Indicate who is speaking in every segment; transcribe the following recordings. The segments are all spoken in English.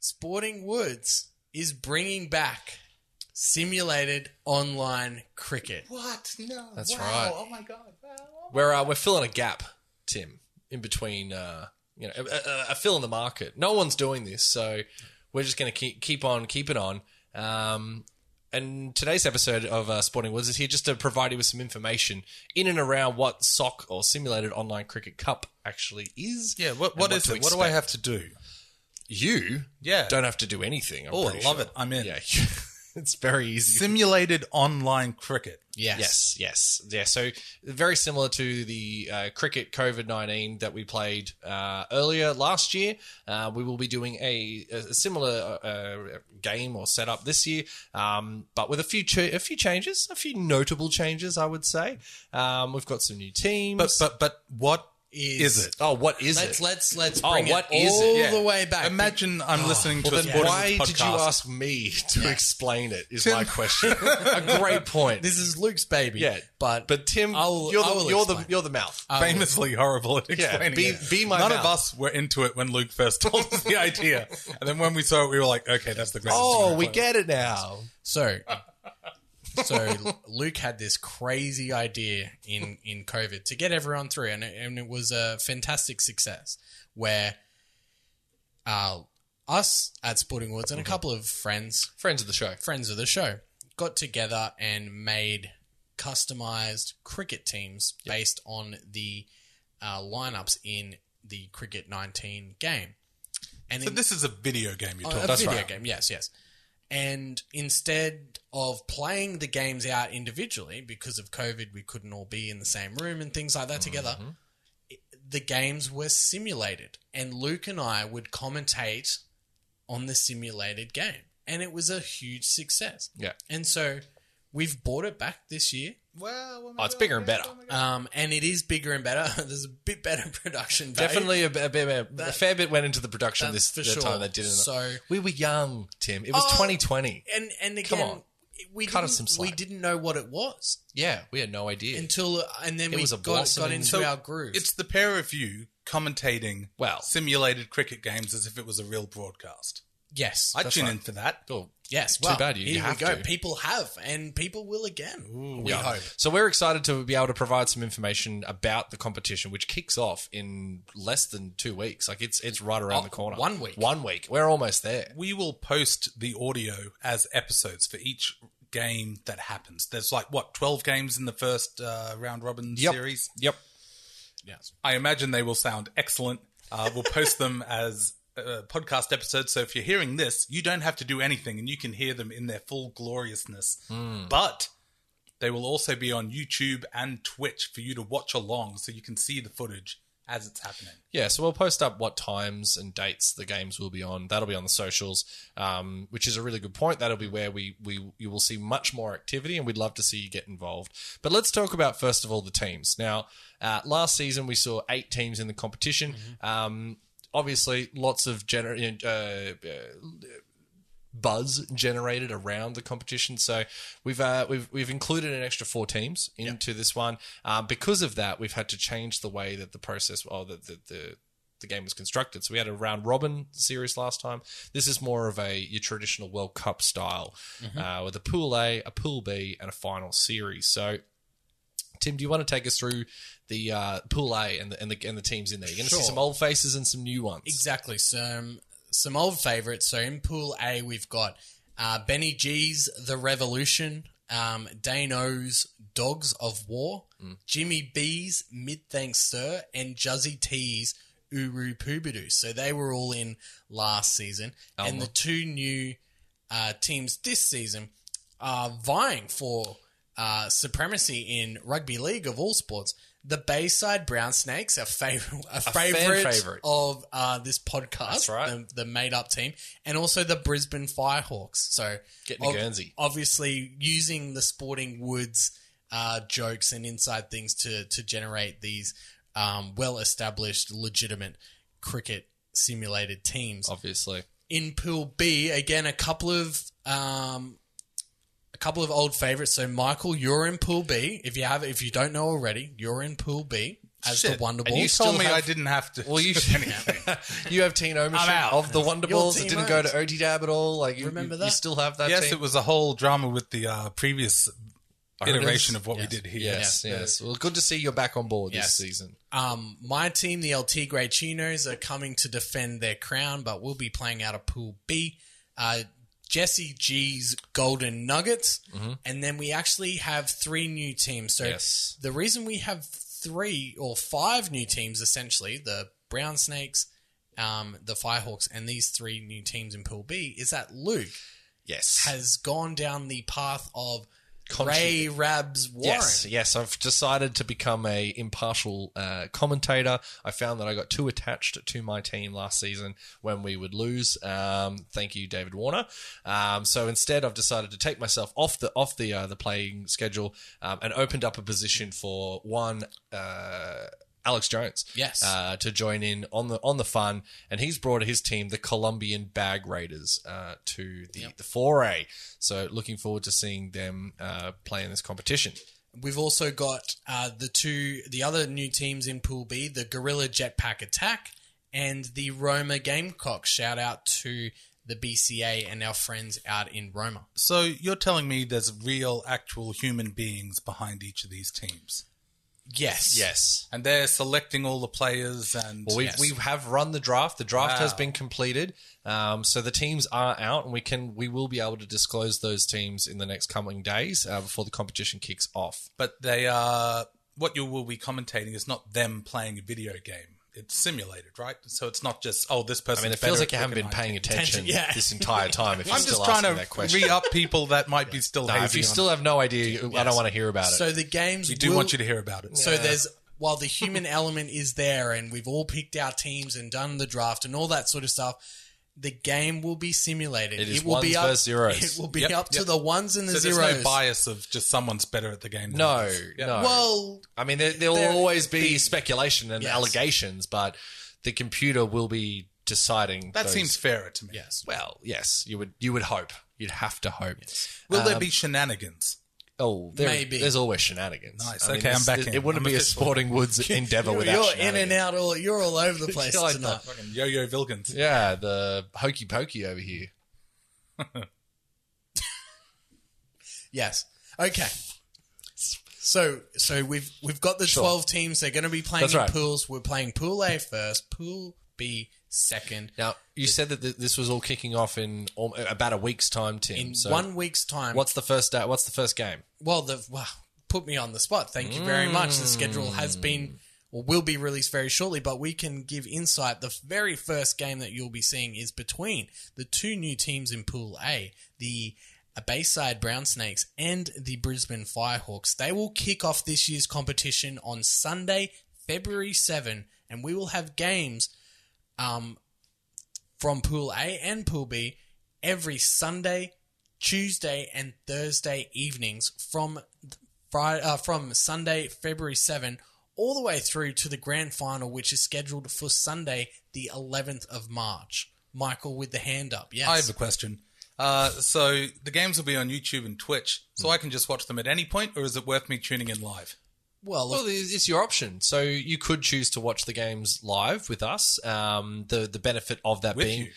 Speaker 1: Sporting Woods is bringing back simulated online cricket.
Speaker 2: What? No.
Speaker 3: That's
Speaker 2: wow.
Speaker 3: right.
Speaker 2: Oh my god. Wow.
Speaker 3: We're uh, we're filling a gap, Tim, in between uh, you know a, a, a fill in the market. No one's doing this, so we're just going to keep keep on keeping on. Um, and today's episode of uh, Sporting Woods is here just to provide you with some information in and around what SOC or Simulated Online Cricket Cup actually is.
Speaker 2: Yeah. What?
Speaker 3: and
Speaker 2: What is
Speaker 3: to
Speaker 2: it? What do I
Speaker 3: expect.
Speaker 2: have to do?
Speaker 3: You
Speaker 2: Yeah.
Speaker 3: don't have to do anything. I'm
Speaker 2: Oh, I
Speaker 3: pretty
Speaker 2: love
Speaker 3: sure.
Speaker 2: it. I'm in.
Speaker 3: Yeah, it's very easy.
Speaker 2: Simulated online cricket.
Speaker 1: Yes.
Speaker 3: Yes, yes, yeah. So very similar to the uh, cricket COVID nineteen that we played uh, earlier last year. Uh, we will be doing a, a similar uh, uh, game or setup this year, um, but with a few ch- a few changes, a few notable changes, I would say. Um, we've got some new teams.
Speaker 2: But but but what
Speaker 1: Is-
Speaker 2: is, it?
Speaker 3: oh, what is
Speaker 1: Let's
Speaker 3: it?
Speaker 1: let's let's
Speaker 3: Oh,
Speaker 1: bring
Speaker 3: what
Speaker 1: it
Speaker 3: is
Speaker 1: all
Speaker 3: it?
Speaker 2: Yeah.
Speaker 1: the way back.
Speaker 2: Imagine I'm listening to
Speaker 3: Oh. well,
Speaker 2: a
Speaker 3: then
Speaker 2: sporting
Speaker 3: why
Speaker 2: podcast.
Speaker 3: did you ask me to explain it? Is my
Speaker 2: Tim-
Speaker 3: question. a great point.
Speaker 1: this is Luke's baby.
Speaker 3: yeah,
Speaker 1: but
Speaker 3: but Tim,
Speaker 1: I'll-
Speaker 3: you're the
Speaker 1: I will
Speaker 3: you're the
Speaker 1: explain.
Speaker 3: you're the mouth.
Speaker 1: I will-
Speaker 2: famously horrible at explaining
Speaker 3: be-
Speaker 2: it.
Speaker 3: be my
Speaker 2: None
Speaker 3: mouth.
Speaker 2: of us were into it when Luke first told us the idea, and then when we saw it, we were like, "Okay, that's the greatest."
Speaker 3: Oh,
Speaker 2: thing
Speaker 3: we
Speaker 2: ever.
Speaker 3: get it now.
Speaker 1: So, so Luke had this crazy idea in in COVID to get everyone through, and it, and it was a fantastic success. Where, uh, us at Sporting Woods and a couple of friends,
Speaker 3: Mm-hmm. Friends of the show.
Speaker 1: friends of the show, got together and made customized cricket teams based on the uh, lineups in the cricket nineteen game. And
Speaker 2: So
Speaker 1: in-
Speaker 2: this is a video game you're
Speaker 1: Oh,
Speaker 2: talking.
Speaker 1: a
Speaker 2: about.
Speaker 1: video game, yes, yes. And instead of playing the games out individually because of COVID, we couldn't all be in the same room and things like that together.
Speaker 3: Mm-hmm.
Speaker 1: i- The games were simulated, and Luke and I would commentate on the simulated game, and it was a huge success.
Speaker 3: Yeah.
Speaker 1: And so we've bought it back this year,
Speaker 2: Well,
Speaker 3: Oh, it's bigger and better.
Speaker 1: um, and it is bigger and better. There's a bit better production. value.
Speaker 3: Definitely a, b- a bit- a
Speaker 1: That-
Speaker 3: fair bit went into the production
Speaker 1: that's
Speaker 3: this
Speaker 1: for
Speaker 3: the
Speaker 1: sure.
Speaker 3: time they did it.
Speaker 1: So-
Speaker 3: we were young, Tim. It was
Speaker 1: Oh.
Speaker 3: 2020.
Speaker 1: And and again,
Speaker 3: Come on.
Speaker 1: we
Speaker 3: Cut us
Speaker 1: didn't-
Speaker 3: some
Speaker 1: we
Speaker 3: slack.
Speaker 1: didn't know what it was.
Speaker 3: Yeah, we had no idea.
Speaker 1: until and then
Speaker 3: It
Speaker 1: we
Speaker 3: was a
Speaker 1: got, got
Speaker 3: blossoming-
Speaker 1: into
Speaker 3: So
Speaker 1: our groove.
Speaker 2: It's the pair of you commentating
Speaker 3: Well.
Speaker 2: simulated cricket games as if it was a real broadcast.
Speaker 1: yes,
Speaker 2: I
Speaker 3: That's
Speaker 2: tune
Speaker 3: right.
Speaker 2: in for that.
Speaker 3: oh,
Speaker 1: yes.
Speaker 3: too
Speaker 1: Well,
Speaker 3: bad you-
Speaker 1: here
Speaker 3: you
Speaker 1: we
Speaker 3: have
Speaker 1: go.
Speaker 3: to.
Speaker 1: People have, and people will again. we
Speaker 3: yeah.
Speaker 1: hope.
Speaker 3: So we're excited to be able to provide some information about the competition, which kicks off in less than two weeks. Like it's it's right around
Speaker 1: Oh,
Speaker 3: the corner.
Speaker 1: one week.
Speaker 3: One week. We're almost there.
Speaker 2: We will post the audio as episodes for each game that happens. There's like what twelve games in the first uh, round robin
Speaker 3: Yep.
Speaker 2: series.
Speaker 3: Yep.
Speaker 1: Yes.
Speaker 2: I imagine they will sound excellent. Uh, we'll post them as uh, podcast episodes. So if you're hearing this, you don't have to do anything and you can hear them in their full gloriousness. But they will also be on YouTube and Twitch for you to watch along so you can see the footage as it's happening.
Speaker 3: Yeah, so we'll post up what times and dates the games will be on. That'll be on the socials, um, which is a really good point. That'll be where we, we you will see much more activity, and we'd love to see you get involved. But let's talk about first of all the teams. Now, uh, last season we saw eight teams in the competition. Um, obviously, lots of gener- uh, uh, buzz generated around the competition. So we've uh, we've we've included an extra four teams into this one. Um, because of that, we've had to change the way that the process or the the, the the game was constructed. So we had a round robin series last time. This is more of a your traditional World Cup style, uh, with a pool A, a pool B, and a final series. So, Tim, do you want to take us through the uh, pool A and the, and the and the teams in there? You're going to see
Speaker 1: Sure.
Speaker 3: some old faces and some new ones.
Speaker 1: Exactly. Some some old favorites. So in Pool A, we've got uh, Benny G's The Revolution, um, Dane O's Dogs of War, Jimmy B's Mid Thanks Sir, and Juzzy T's Uru Poobadoo. So they were all in last season, and the two new uh, teams this season are vying for uh, supremacy in rugby league of all sports. The Bayside Brown Snakes, a favorite, a
Speaker 3: fan
Speaker 1: favorite,
Speaker 3: favourite.
Speaker 1: of uh, this podcast,
Speaker 3: That's right.
Speaker 1: the, the made-up team, and also the Brisbane Firehawks. So
Speaker 3: Getting to Guernsey.
Speaker 1: obviously using the Sporting Woods uh, jokes and inside things to to generate these um, well-established, legitimate cricket simulated teams
Speaker 3: Obviously,
Speaker 1: in Pool B again. A couple of um, a couple of old favorites. So Michael, you're in Pool B. If you have, if you don't know already, you're in Pool B. as
Speaker 2: Shit.
Speaker 1: the Wonder
Speaker 3: And you
Speaker 1: Balls.
Speaker 3: still
Speaker 2: Told me
Speaker 3: have-
Speaker 2: I didn't have to.
Speaker 3: Well, you you have team ownership
Speaker 2: out.
Speaker 3: of the Wonder
Speaker 1: You're
Speaker 3: Balls. It
Speaker 1: team
Speaker 3: didn't go
Speaker 1: owned.
Speaker 3: to OTDAB at all. Like you,
Speaker 1: Remember
Speaker 3: you- you
Speaker 1: that?
Speaker 3: still have that.
Speaker 2: yes,
Speaker 3: team?
Speaker 2: it was a whole drama with the uh, previous iteration of what
Speaker 1: Yes.
Speaker 2: we did here.
Speaker 3: Yes, yes. Well, good to see you're back on board
Speaker 1: Yes.
Speaker 3: this season.
Speaker 1: Um, my team, the El Tigre Chinos, are coming to defend their crown, but we'll be playing out of Pool B. Uh, Jesse G's Golden Nuggets, and then we actually have three new teams. So
Speaker 3: Mm-hmm. Yes.
Speaker 1: the reason we have three or five new teams, essentially, the Brown Snakes, um, the Firehawks, and these three new teams in Pool B, is that Luke
Speaker 3: Yes.
Speaker 1: has gone down the path of
Speaker 3: Contra-
Speaker 1: Ray Rab's Warren.
Speaker 3: Yes, yes. I've decided to become a impartial uh, commentator. I found that I got too attached to my team last season when we would lose. Um, thank you, David Warner. Um, so instead, I've decided to take myself off the off the uh, the playing schedule um, and opened up a position for one. Uh, Alex Jones,
Speaker 1: Yes.
Speaker 3: uh, to join in on the on the fun, and he's brought his team, the Colombian Bag Raiders, uh, to the, the foray. So looking forward to seeing them uh, play in this competition.
Speaker 1: We've also got uh, the two, the other new teams in Pool B: the Gorilla Jetpack Attack and the Roma Gamecocks. Shout out to the BCA and our friends out in Roma.
Speaker 2: So you're telling me there's real, actual human beings behind each of these teams,
Speaker 1: Yes,
Speaker 3: Yes.
Speaker 2: and they're selecting all the players. And
Speaker 3: Well, we've,
Speaker 1: Yes.
Speaker 3: we have run the draft. The draft has
Speaker 2: Wow.
Speaker 3: been completed, um, so the teams are out, and we can we will be able to disclose those teams in the next coming days uh, before the competition kicks off.
Speaker 2: but they are what you will be commentating is not them playing a video game. It's simulated, right? So it's not just oh, this person.
Speaker 3: I mean, it feels like you haven't been paying
Speaker 1: Attention,
Speaker 3: attention
Speaker 1: yeah.
Speaker 3: this entire time. If you're
Speaker 2: I'm
Speaker 3: still
Speaker 2: just trying
Speaker 3: asking that
Speaker 2: to
Speaker 3: question,
Speaker 2: re up people that might be still
Speaker 3: No,
Speaker 2: hazy.
Speaker 3: if you
Speaker 2: on
Speaker 3: still
Speaker 2: it.
Speaker 3: have no idea, I don't want to hear about it.
Speaker 1: So the games
Speaker 2: we do
Speaker 1: will-
Speaker 2: want you to hear about it.
Speaker 1: So there's while the human element is there, and we've all picked our teams and done the draft and all that sort of stuff. The game will be simulated.
Speaker 3: It is
Speaker 1: will be
Speaker 3: ones
Speaker 1: up,
Speaker 3: versus zeros.
Speaker 1: It will be
Speaker 2: Yep,
Speaker 1: up to
Speaker 2: yep.
Speaker 1: the ones and the
Speaker 2: So there's
Speaker 1: zeros.
Speaker 2: no bias of just someone's better at the game. than
Speaker 3: no,
Speaker 2: others. Yeah.
Speaker 3: no.
Speaker 1: Well,
Speaker 3: I mean, there, there'll
Speaker 1: There-
Speaker 3: always be
Speaker 1: the-
Speaker 3: speculation and
Speaker 1: Yes.
Speaker 3: allegations, but the computer will be deciding.
Speaker 2: that
Speaker 3: those-
Speaker 2: seems fairer to me.
Speaker 1: yes.
Speaker 3: well. Yes, you would. You would hope. You'd have to hope.
Speaker 2: Will there be shenanigans?
Speaker 3: Oh, there,
Speaker 1: Maybe.
Speaker 3: There's always shenanigans.
Speaker 2: Nice.
Speaker 3: I mean,
Speaker 2: Okay,
Speaker 3: it's-
Speaker 2: I'm back
Speaker 3: It,
Speaker 2: in.
Speaker 3: it wouldn't
Speaker 2: I'm
Speaker 3: be a
Speaker 2: official.
Speaker 3: sporting woods endeavor
Speaker 1: You're,
Speaker 3: without
Speaker 1: you're in
Speaker 3: shenanigans.
Speaker 1: and out. All you're all over the place
Speaker 3: like
Speaker 1: tonight.
Speaker 3: that.
Speaker 2: Fucking Yo-Yo Vilkins.
Speaker 3: Yeah, the hokey pokey over here.
Speaker 1: Yes. Okay. So so we've we've got the
Speaker 3: Sure.
Speaker 1: twelve teams. They're going to be playing
Speaker 3: That's
Speaker 1: in
Speaker 3: right.
Speaker 1: pools. We're playing Pool A first, Pool B second.
Speaker 3: Now you said that th- this was all kicking off in al- about a week's time, Tim.
Speaker 1: In
Speaker 3: so
Speaker 1: one week's time.
Speaker 3: what's the first day? What's the first game?
Speaker 1: well the wow put me on the spot. Thank you very much. The schedule has been well will be released very shortly, but we can give insight. The very first game that you'll be seeing is between the two new teams in Pool A, the Bayside Brown Snakes and the Brisbane Firehawks. They will kick off this year's competition on Sunday, February 7, and we will have games um, from Pool A and Pool B every Sunday, Tuesday, and Thursday evenings from Friday, uh, from Sunday, February 7, all the way through to the grand final, which is scheduled for Sunday, the 11th of March. Michael with the hand up. Yes.
Speaker 2: I have a question. Uh, so the games will be on YouTube and Twitch, so
Speaker 3: Hmm.
Speaker 2: I can just watch them at any point, or is it worth me tuning in live?
Speaker 1: well,
Speaker 3: Well, it's it's your option. So you could choose to watch the games live with us. Um, the the benefit of that
Speaker 2: With
Speaker 3: being
Speaker 2: you.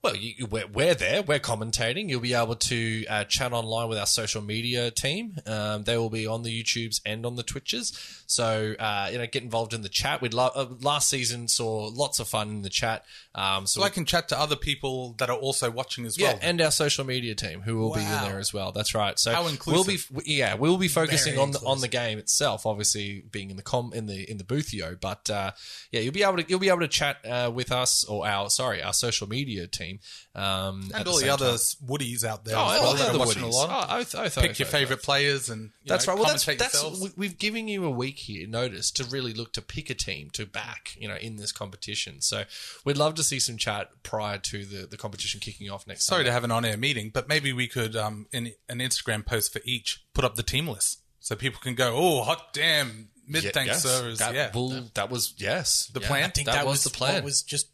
Speaker 3: Well, you, you- we're, we're there. We're commentating. You'll be able to uh, chat online with our social media team. Um, they will be on the YouTubes and on the Twitches. So, uh, you know, get involved in the chat. We'd love. Uh, last season saw lots of fun in the chat. Um, so,
Speaker 2: So I can chat to other people that are also watching as
Speaker 3: yeah,
Speaker 2: well.
Speaker 3: and our social media team who will be in
Speaker 1: Wow.
Speaker 3: there as well. That's right. So
Speaker 2: How
Speaker 3: we'll
Speaker 2: inclusive.
Speaker 3: be we- yeah we'll be focusing
Speaker 1: Very
Speaker 3: on the, on the game itself. Obviously, being in the com in the in the boothio, but uh, yeah, you'll be able to you'll be able to chat uh, with us or our sorry our social media team um, at
Speaker 2: and all the,
Speaker 3: same
Speaker 2: other
Speaker 3: time.
Speaker 2: s- woodies out there
Speaker 3: Oh,
Speaker 2: as
Speaker 3: I
Speaker 2: well
Speaker 3: love
Speaker 2: that
Speaker 3: the
Speaker 2: are watching
Speaker 3: Woodies.
Speaker 2: along.
Speaker 3: Oh, oath, oath,
Speaker 2: Pick
Speaker 3: oath,
Speaker 2: your
Speaker 3: oath,
Speaker 2: favorite
Speaker 3: oath.
Speaker 2: players, and you
Speaker 3: That's
Speaker 2: know,
Speaker 3: right. Well, that's,
Speaker 2: commentate
Speaker 3: that's
Speaker 2: yourselves.
Speaker 3: we- we've given you a week here notice to really look to pick a team to back, you know, in this competition. So we'd love to see some chat prior to the, the competition kicking off next.
Speaker 2: Sorry
Speaker 3: Sunday.
Speaker 2: to have an on-air meeting, but maybe we could, um, in an Instagram post for each, put up the team list so people can go, "Oh, hot damn, mid
Speaker 3: Yeah,
Speaker 2: tank
Speaker 3: yes.
Speaker 2: servers."
Speaker 3: That
Speaker 2: yeah,
Speaker 3: will- that was yes.
Speaker 2: The
Speaker 3: Yeah.
Speaker 2: plan?
Speaker 1: I think
Speaker 3: that, was, the
Speaker 1: what
Speaker 3: plan.
Speaker 1: was just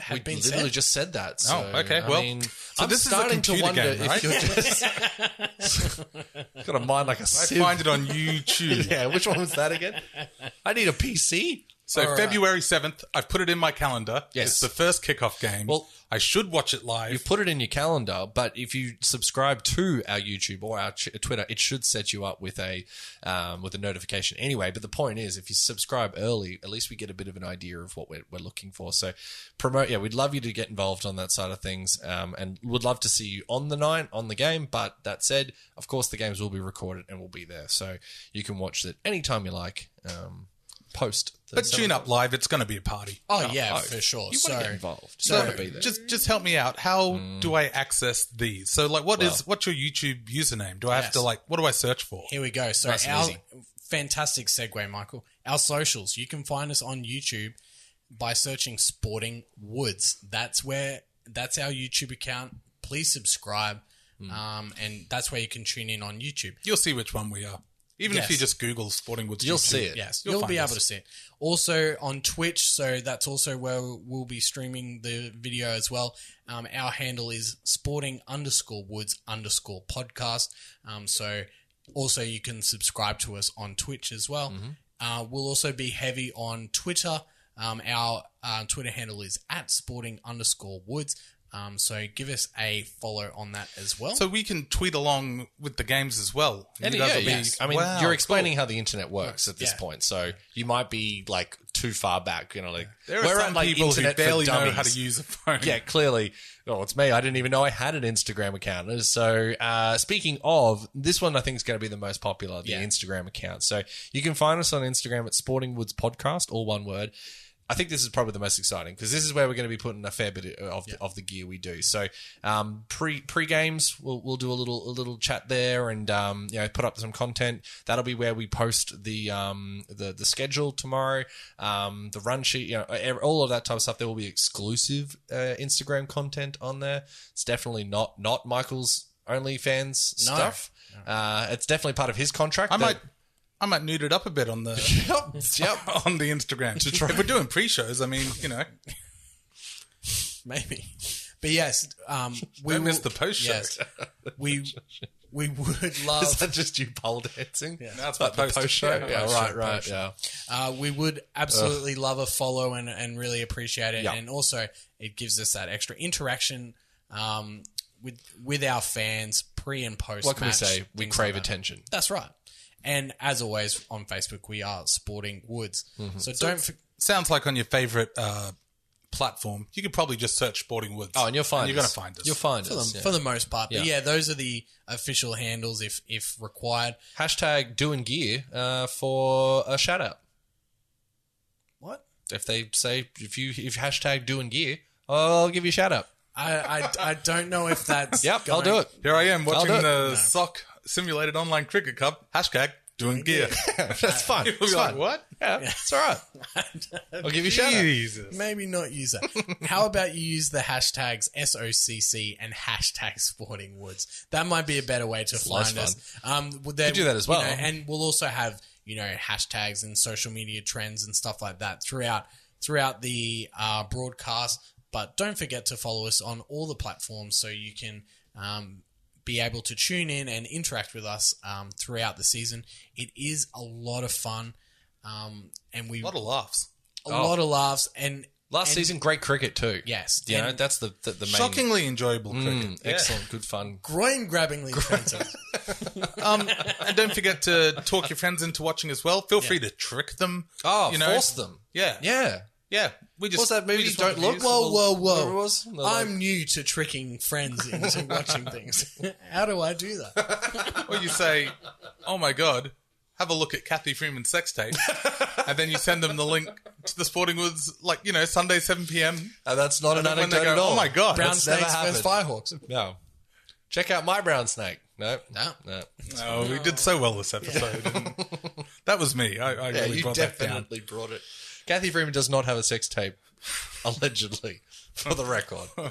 Speaker 1: have
Speaker 3: we
Speaker 1: been
Speaker 3: literally
Speaker 1: said.
Speaker 3: just said that. So,
Speaker 2: Oh, okay,
Speaker 3: I
Speaker 2: well,
Speaker 3: mean,
Speaker 2: so
Speaker 3: I'm
Speaker 2: this is a
Speaker 3: starting to
Speaker 2: computer
Speaker 3: wonder
Speaker 2: game, right?
Speaker 3: if you're just got a mind like a
Speaker 2: I
Speaker 3: sieve.
Speaker 2: find it on YouTube.
Speaker 3: yeah, which one was that again? I need a PC.
Speaker 2: So February seventh, I've put it in my calendar.
Speaker 3: Yes.
Speaker 2: it's the first kickoff game.
Speaker 3: Well-
Speaker 2: I should watch it live.
Speaker 3: You've put it in your calendar, but if you subscribe to our YouTube or our ch- Twitter, it should set you up with a um, with a notification anyway. But the point is, if you subscribe early, at least we get a bit of an idea of what we're, we're looking for. So promote, yeah, we'd love you to get involved on that side of things, um, and would love to see you on the night on the game. But that said, of course, the games will be recorded and will be there, so you can watch it anytime you like. Um, post, the-
Speaker 2: but tune up live. It's going to be a party.
Speaker 1: Oh, yeah,
Speaker 3: oh,
Speaker 1: for sure.
Speaker 3: You
Speaker 1: so
Speaker 3: want to get involved? You
Speaker 2: So
Speaker 3: want to be there? Mm.
Speaker 2: just just help me out. How do I access these? So like, what is
Speaker 3: Well-
Speaker 2: what's your YouTube username? Do I have
Speaker 1: Yes.
Speaker 2: to like? What do I search for?
Speaker 1: Here we go. So
Speaker 3: Nice and
Speaker 1: our
Speaker 3: easy.
Speaker 1: fantastic segue, Michael. Our socials. You can find us on YouTube by searching Sporting Woods. That's where that's our YouTube account. Please subscribe.
Speaker 3: Hmm.
Speaker 1: Um, and that's where you can tune in on YouTube.
Speaker 2: You'll see which one we are. Even
Speaker 1: Yes.
Speaker 2: if you just Google Sporting Woods,
Speaker 3: You'll
Speaker 2: YouTube.
Speaker 3: see it.
Speaker 1: Yes,
Speaker 2: You'll
Speaker 1: you'll, be
Speaker 2: find
Speaker 1: able
Speaker 2: us.
Speaker 1: to see it. Also on Twitch, so that's also where we'll be streaming the video as well. Um, our handle is sporting underscore woods underscore podcast. Um, so also you can subscribe to us on Twitch as well.
Speaker 2: Mm-hmm.
Speaker 1: Uh, we'll also be heavy on Twitter. Um, our uh, Twitter handle is at sporting underscore woods. Um, so give us a follow on that as well.
Speaker 2: So we can tweet along with the games as well.
Speaker 3: And
Speaker 2: you
Speaker 3: yeah,
Speaker 2: guys will be-
Speaker 3: yes. I mean,
Speaker 2: wow,
Speaker 3: you're explaining how the internet works at this
Speaker 1: Yeah.
Speaker 3: point, so you might be like too far back. You know, like
Speaker 2: There are
Speaker 3: we're
Speaker 2: some
Speaker 3: at, like,
Speaker 2: people who
Speaker 3: internet for
Speaker 2: barely know how to
Speaker 3: dummies.
Speaker 2: use a phone.
Speaker 3: Yeah, clearly. Oh, it's me. I didn't even know I had an Instagram account. So, uh, speaking of, this one I think is going to be the most popular, the
Speaker 1: Yeah.
Speaker 3: Instagram account. So, you can find us on Instagram at Sporting Woods Podcast, all one word. I think this is probably the most exciting because this is where we're going to be putting a fair bit of, of the gear we do. So, um, pre pre games, we'll, we'll do a little a little chat there and um, you know put up some content. That'll be where we post the um, the the schedule tomorrow, um, the run sheet, you know, ev- all of that type of stuff. There will be exclusive uh, Instagram content on there. It's definitely not not Michael's OnlyFans
Speaker 1: No.
Speaker 3: stuff. Uh, it's definitely part of his contract.
Speaker 2: I
Speaker 3: that-
Speaker 2: might, I might nude it up a bit on the
Speaker 3: Yep, yep.
Speaker 2: on the Instagram. If we're doing pre-shows, I mean, you know,
Speaker 1: Maybe. But yes, um, we
Speaker 2: Don't miss
Speaker 1: will-
Speaker 2: the post show.
Speaker 1: we we would
Speaker 3: Is
Speaker 1: love.
Speaker 3: that just you pole dancing? Yeah,
Speaker 2: That's
Speaker 3: like
Speaker 2: my
Speaker 3: the
Speaker 2: post.
Speaker 3: post show.
Speaker 2: Yeah,
Speaker 3: Yeah,
Speaker 2: post
Speaker 3: right,
Speaker 2: show,
Speaker 3: right.
Speaker 2: post show.
Speaker 3: Yeah.
Speaker 1: Uh, we would absolutely love a follow and and really appreciate it.
Speaker 3: Yeah.
Speaker 1: And also, it gives us that extra interaction um, with with our fans pre and post.
Speaker 3: What can
Speaker 1: match,
Speaker 3: we say? We
Speaker 1: things
Speaker 3: crave
Speaker 1: like that.
Speaker 3: attention.
Speaker 1: That's right. And as always on Facebook, we are Sporting Woods.
Speaker 3: Mm-hmm.
Speaker 1: So, don't. For-
Speaker 2: sounds like on your favorite uh, platform, you could probably just search Sporting Woods.
Speaker 3: Oh, and you'll find
Speaker 2: you're going
Speaker 3: us.
Speaker 2: to find us.
Speaker 3: You'll find
Speaker 1: for
Speaker 3: us.
Speaker 1: the,
Speaker 3: yeah.
Speaker 1: for the most part, but
Speaker 3: Yeah.
Speaker 1: yeah, those are the official handles if if required.
Speaker 3: Hashtag doing gear uh, for a shout out.
Speaker 1: What?
Speaker 3: If they say if you if hashtag doing gear, I'll give you a shout out.
Speaker 1: I I, I don't know if that's
Speaker 3: Yep, I'll do
Speaker 1: going-
Speaker 3: it.
Speaker 2: Here I am watching
Speaker 3: do it.
Speaker 2: the SOC Simulated Online Cricket Cup hashtag doing gear.
Speaker 3: That's fun.
Speaker 2: Uh, You'll
Speaker 3: It's
Speaker 2: be like,
Speaker 3: fun.
Speaker 2: what?
Speaker 3: Yeah, it's all right. I'll give you a shout out.
Speaker 2: Jesus.
Speaker 1: Maybe not use that. How about you use the hashtags SOCC and hashtag Sporting Woods? That might be a better way to
Speaker 3: less
Speaker 1: find us. Um, well, there-
Speaker 3: Could do that as well.
Speaker 1: you know, and we'll also have you know hashtags and social media trends and stuff like that throughout throughout the uh, broadcast. But don't forget to follow us on all the platforms so you can um, be able to tune in and interact with us um, throughout the season. It is a lot of fun. Um, and we
Speaker 2: A lot of laughs.
Speaker 1: a
Speaker 3: Oh.
Speaker 1: lot of laughs and
Speaker 3: Last
Speaker 1: And-
Speaker 3: season, great cricket too.
Speaker 1: yes
Speaker 3: you know
Speaker 1: and
Speaker 3: that's the the, the main.
Speaker 2: Shockingly enjoyable cricket.
Speaker 3: Mm, excellent, good fun.
Speaker 1: groin grabbingly offensive
Speaker 2: Um, and don't forget to talk your friends into watching as well. Feel free to trick them.
Speaker 3: Oh,
Speaker 2: You know-
Speaker 3: force them.
Speaker 2: Yeah,
Speaker 3: Yeah.
Speaker 2: yeah. We just
Speaker 3: What's that movie?
Speaker 2: we just
Speaker 3: Don't
Speaker 2: want
Speaker 3: look.
Speaker 2: views.
Speaker 1: whoa whoa whoa
Speaker 3: Whatever it was. They're like-
Speaker 1: i'm new to tricking friends into watching things how do i do that
Speaker 2: Or you say, "Oh my god, have a look at Kathy Freeman's sex tape," and then you send them the link to the Sporting Woods, like you know, Sunday seven p.m.
Speaker 3: Uh, that's not an
Speaker 2: And when they
Speaker 3: anecdote
Speaker 2: go,
Speaker 3: at all.
Speaker 2: "Oh my God,
Speaker 1: brown
Speaker 3: That's never
Speaker 1: snakes versus firehawks
Speaker 3: No. Check out my brown snake. No.
Speaker 1: No.
Speaker 3: No.
Speaker 2: No, Oh, we did so well this episode. And that was me. I, I
Speaker 3: Yeah,
Speaker 2: really
Speaker 3: you
Speaker 2: brought that down.
Speaker 3: definitely brought it. Kathy Freeman does not have a sex tape, allegedly. For the record, for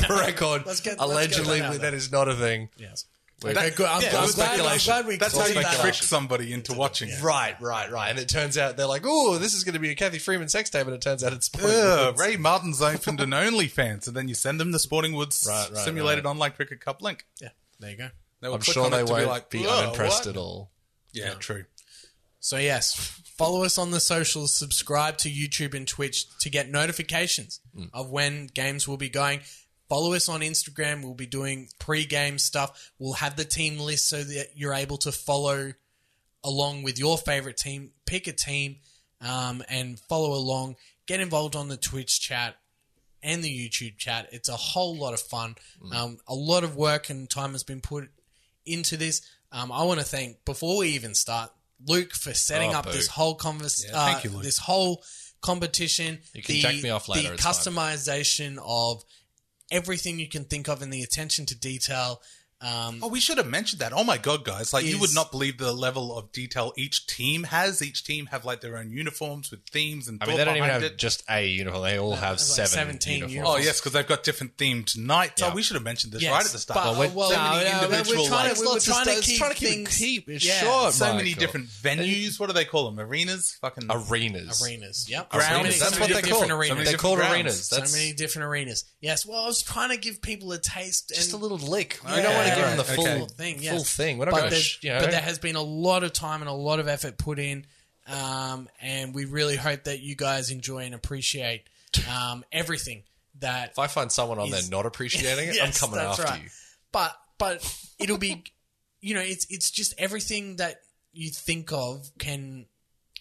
Speaker 3: the record,
Speaker 1: Let's get- let's get
Speaker 3: allegedly
Speaker 1: that out
Speaker 3: that is not a thing.
Speaker 1: yes Okay, good. I'm,
Speaker 3: yeah,
Speaker 1: I'm
Speaker 3: it was
Speaker 1: glad, I'm
Speaker 3: speculation.
Speaker 1: glad we
Speaker 2: That's how
Speaker 1: cleared
Speaker 2: you
Speaker 1: that
Speaker 2: trick
Speaker 1: up.
Speaker 2: somebody into watching it.
Speaker 3: Right, right, right. And it turns out they're like, oh, this is going to be a Kathy Freeman sex tape. And it turns out it's Sporting
Speaker 2: Ugh,
Speaker 3: Woods.
Speaker 2: Ray Martin's opened an OnlyFans, and then you send them the Sporting Woods
Speaker 3: Right, right,
Speaker 2: simulated
Speaker 3: right.
Speaker 2: online cricket cup link.
Speaker 1: Yeah, there you go.
Speaker 2: They will
Speaker 3: I'm
Speaker 2: click
Speaker 3: sure
Speaker 2: on it
Speaker 3: they
Speaker 2: to
Speaker 3: won't be,
Speaker 2: like, "Whoa,
Speaker 3: unimpressed
Speaker 2: what?"
Speaker 3: at all.
Speaker 2: Yeah, true.
Speaker 1: So yes, follow us on the socials, subscribe to YouTube and Twitch to get notifications
Speaker 3: Hmm.
Speaker 1: of when games will be going. Follow us on Instagram. We'll be doing pre-game stuff. We'll have the team list so that you're able to follow along with your favorite team. Pick a team um, and follow along. Get involved on the Twitch chat and the YouTube chat. It's a whole lot of fun.
Speaker 3: Mm.
Speaker 1: Um, a lot of work and time has been put into this. Um, I want to thank before we even start Luke for setting
Speaker 3: Oh,
Speaker 1: up
Speaker 3: boo.
Speaker 1: this whole convers-
Speaker 2: Yeah, thank
Speaker 1: uh,
Speaker 2: you, Luke.
Speaker 1: this whole competition.
Speaker 3: You can check me off later,
Speaker 1: The
Speaker 3: it's fine.
Speaker 1: customization of everything you can think of and the attention to detail. Um,
Speaker 2: Oh, we should have mentioned that. Oh my god, guys! Like you
Speaker 1: Is-
Speaker 2: would not believe the level of detail each team has. Each team have like their own uniforms with themes and.
Speaker 3: I mean,
Speaker 2: thought
Speaker 3: they don't even have
Speaker 2: behind it.
Speaker 3: just a uniform. They all have
Speaker 1: there's like
Speaker 3: seven
Speaker 1: 17
Speaker 3: uniforms.
Speaker 2: Oh
Speaker 1: uniforms.
Speaker 2: yes, because they've got different themed nights.
Speaker 3: Yeah.
Speaker 2: Oh, we should have mentioned this
Speaker 1: yes,
Speaker 2: right at the start.
Speaker 1: but-
Speaker 3: Well,
Speaker 1: well,
Speaker 2: so many
Speaker 1: no, no,
Speaker 2: individual
Speaker 1: we're trying
Speaker 2: likes.
Speaker 1: to, we're
Speaker 3: Let's
Speaker 1: trying
Speaker 3: just-
Speaker 1: to
Speaker 3: let's
Speaker 1: keep
Speaker 3: try to keep it
Speaker 1: things
Speaker 3: keep. It's
Speaker 1: yeah,
Speaker 3: short.
Speaker 2: so many
Speaker 3: Michael.
Speaker 2: different venues. What do they call them? Arenas? Fucking
Speaker 3: Arenas.
Speaker 1: arenas. Yep,
Speaker 2: Arenas,
Speaker 1: So many-
Speaker 2: that's
Speaker 1: so
Speaker 2: what
Speaker 1: many
Speaker 2: they're
Speaker 1: different
Speaker 3: called. So
Speaker 1: Arenas.
Speaker 3: many They're
Speaker 2: different
Speaker 3: called
Speaker 2: grounds.
Speaker 3: arenas. That's
Speaker 1: so many different arenas. Yes. Well, I was trying to give people a taste.
Speaker 3: just a
Speaker 1: and
Speaker 3: little lick. We
Speaker 1: Yeah,
Speaker 3: don't want to give them the
Speaker 2: right,
Speaker 3: full
Speaker 2: okay.
Speaker 1: thing,
Speaker 3: thing.
Speaker 1: yes.
Speaker 3: Full thing. We're not
Speaker 1: but,
Speaker 3: going to.
Speaker 1: there's-
Speaker 3: Sh- you know,
Speaker 1: but there has been a lot of time and a lot of effort put in, um, and we really hope that you guys enjoy and appreciate um, everything that.
Speaker 3: if I find someone
Speaker 1: is-
Speaker 3: on there not appreciating it, I'm
Speaker 1: Yes,
Speaker 3: coming
Speaker 1: that's
Speaker 3: after
Speaker 1: right.
Speaker 3: you.
Speaker 1: But but it'll be, you know, it's it's just everything that you think of can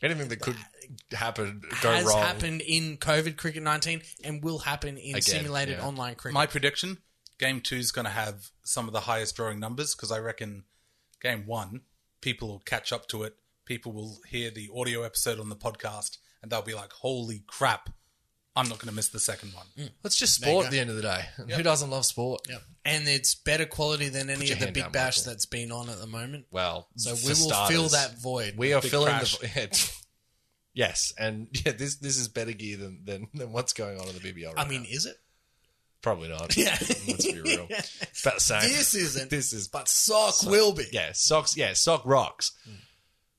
Speaker 3: Anything that could happen, go
Speaker 1: has
Speaker 3: wrong.
Speaker 1: happened in COVID cricket nineteen and will happen in
Speaker 3: Again,
Speaker 1: simulated
Speaker 3: yeah.
Speaker 1: online cricket.
Speaker 2: My prediction: Game two is going to have some of the highest drawing numbers because I reckon Game one people will catch up to it. People will hear the audio episode on the podcast and they'll be like, "Holy crap! I'm not going to miss the second one."
Speaker 3: It's just
Speaker 1: you
Speaker 3: sport
Speaker 1: go.
Speaker 3: at the end of the day. And Who doesn't love sport?
Speaker 1: Yep. And it's better quality than any
Speaker 3: your
Speaker 1: of the
Speaker 3: hand
Speaker 1: Big
Speaker 3: down,
Speaker 1: Bash
Speaker 3: Michael.
Speaker 1: that's been on at the moment.
Speaker 3: Well,
Speaker 1: So
Speaker 3: for
Speaker 1: we will fill
Speaker 3: starters,
Speaker 1: that void.
Speaker 3: We are
Speaker 2: Big
Speaker 3: filling
Speaker 2: crash.
Speaker 3: the. Yeah, yes, and yeah, this this is better gear than than, than what's going on in the BBL. Right
Speaker 1: I mean,
Speaker 3: now.
Speaker 1: is it?
Speaker 3: probably not.
Speaker 1: Yeah.
Speaker 3: let's be real. It's about the same.
Speaker 1: This isn't.
Speaker 3: This is
Speaker 1: But sock will be.
Speaker 3: yeah, socks. Yeah, sock rocks.
Speaker 1: Hmm.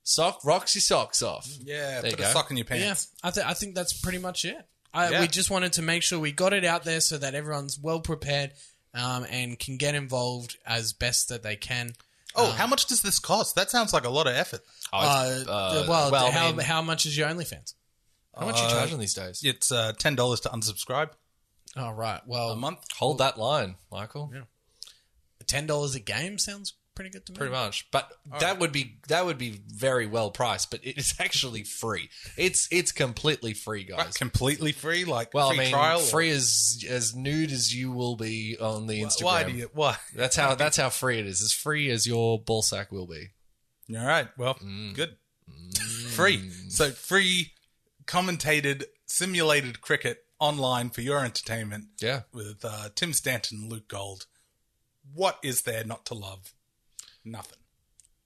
Speaker 3: Sock rocks your socks off.
Speaker 2: Yeah,
Speaker 3: There
Speaker 2: put
Speaker 3: you
Speaker 2: a
Speaker 3: go.
Speaker 2: sock in your
Speaker 1: Yeah,
Speaker 2: pants.
Speaker 1: I, th- I think that's pretty much it. I,
Speaker 2: Yeah.
Speaker 1: We just wanted to make sure we got it out there so that everyone's well prepared um, and can get involved as best that they can.
Speaker 3: Ah.
Speaker 2: Oh, how much does this cost? That sounds like a lot of effort.
Speaker 1: Uh,
Speaker 3: it's- uh,
Speaker 1: well,
Speaker 3: I
Speaker 1: how,
Speaker 3: mean, uh,
Speaker 1: how much is your OnlyFans?
Speaker 3: how much are you charging these days?
Speaker 2: It's uh, ten dollars to unsubscribe
Speaker 1: Oh, right.
Speaker 2: a
Speaker 1: Well,
Speaker 2: month.
Speaker 3: Hold that line, Michael.
Speaker 1: $10 a game sounds pretty good to me.
Speaker 3: Pretty much, but that would be that would be very well priced. But it is actually free. It's it's completely free, guys.
Speaker 2: Completely free, like
Speaker 3: well,
Speaker 2: free
Speaker 3: I mean,
Speaker 2: trial. or-
Speaker 3: free as as nude as you will be on the Instagram.
Speaker 2: Why do you? Why?
Speaker 3: That's how that's how free it is. As free as your ball sack will be.
Speaker 2: All right. Well,
Speaker 1: Mm.
Speaker 2: good. free. So free commentated simulated cricket online for your entertainment
Speaker 3: Yeah.
Speaker 2: with uh, Tim Stanton and Luke Gold. What is there not to love? Nothing.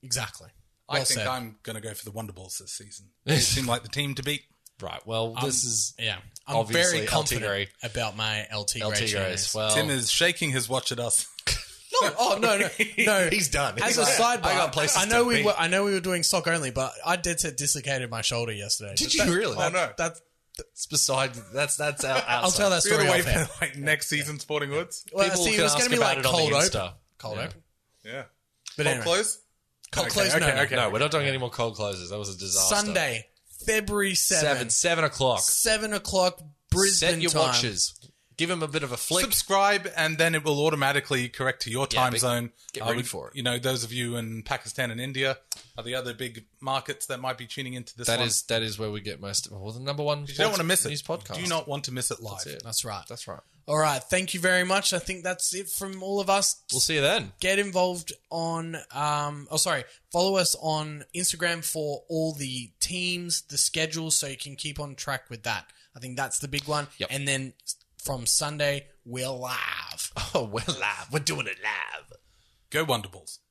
Speaker 1: Exactly.
Speaker 2: I
Speaker 1: Well
Speaker 2: think
Speaker 1: said.
Speaker 2: I'm going to go for the Wonder Balls this season. They seem like the team to beat.
Speaker 3: Right. Well, this is
Speaker 1: Yeah. I'm
Speaker 3: Obviously,
Speaker 1: very
Speaker 3: LT
Speaker 1: confident
Speaker 3: Grey.
Speaker 1: about my LT
Speaker 3: El
Speaker 1: Grey
Speaker 3: Tigres.
Speaker 1: changes.
Speaker 3: Well,
Speaker 2: Tim is shaking his watch at us.
Speaker 1: No, oh, no, no. No,
Speaker 3: he's done.
Speaker 1: As
Speaker 3: He's
Speaker 1: a
Speaker 3: like,
Speaker 1: sidebar,
Speaker 3: I
Speaker 1: I,
Speaker 3: got places.
Speaker 1: know
Speaker 3: to
Speaker 1: we
Speaker 3: be.
Speaker 1: were, I know we were doing sock only, but I dead set dislocated my shoulder yesterday.
Speaker 3: Did
Speaker 1: But
Speaker 3: you really?
Speaker 2: Oh, no.
Speaker 1: That's
Speaker 3: That's beside. That's that's our.
Speaker 1: I'll tell that
Speaker 2: We're
Speaker 1: story
Speaker 2: going to
Speaker 1: off
Speaker 2: wait
Speaker 1: air.
Speaker 2: for like next season Sporting Woods.
Speaker 1: Well,
Speaker 3: People
Speaker 1: see,
Speaker 3: can
Speaker 1: it was going
Speaker 3: ask
Speaker 1: to be like
Speaker 3: about it on
Speaker 1: cold
Speaker 3: the
Speaker 1: open.
Speaker 3: Insta.
Speaker 1: Cold
Speaker 3: Yeah. Oh,
Speaker 1: open.
Speaker 2: Yeah.
Speaker 1: But
Speaker 2: Cold
Speaker 1: anyway,
Speaker 2: close.
Speaker 1: cold close. no, no.
Speaker 2: okay.
Speaker 3: no, we're not doing any more cold closes. That was a disaster.
Speaker 1: Sunday, February
Speaker 3: seven
Speaker 1: 7th,
Speaker 3: seven o'clock.
Speaker 1: 7 o'clock, Brisbane
Speaker 3: Set your
Speaker 1: time.
Speaker 3: watches. Give him a bit of a flick.
Speaker 2: Subscribe, and then it will automatically correct to your time
Speaker 3: but
Speaker 2: zone.
Speaker 3: get
Speaker 2: I
Speaker 3: ready
Speaker 2: would-
Speaker 3: for it.
Speaker 2: You know, those of you in Pakistan and India are the other big markets that might be tuning into this.
Speaker 3: That
Speaker 2: one.
Speaker 3: is that is where we get most. Well, the number one.
Speaker 2: you don't want to miss it.
Speaker 3: News podcast.
Speaker 2: Do not want to miss it live.
Speaker 3: That's it.
Speaker 1: That's right.
Speaker 3: That's right.
Speaker 1: All right. Thank you very much. I think that's it from all of us.
Speaker 3: We'll see you then.
Speaker 1: Get involved on, um, oh, sorry, follow us on Instagram for all the teams, the schedules, so you can keep on track with that. I think that's the big one.
Speaker 3: Yep.
Speaker 1: And then from Sunday, we're live.
Speaker 3: Oh, we're live. We're doing it live.
Speaker 2: Go Wonderballs.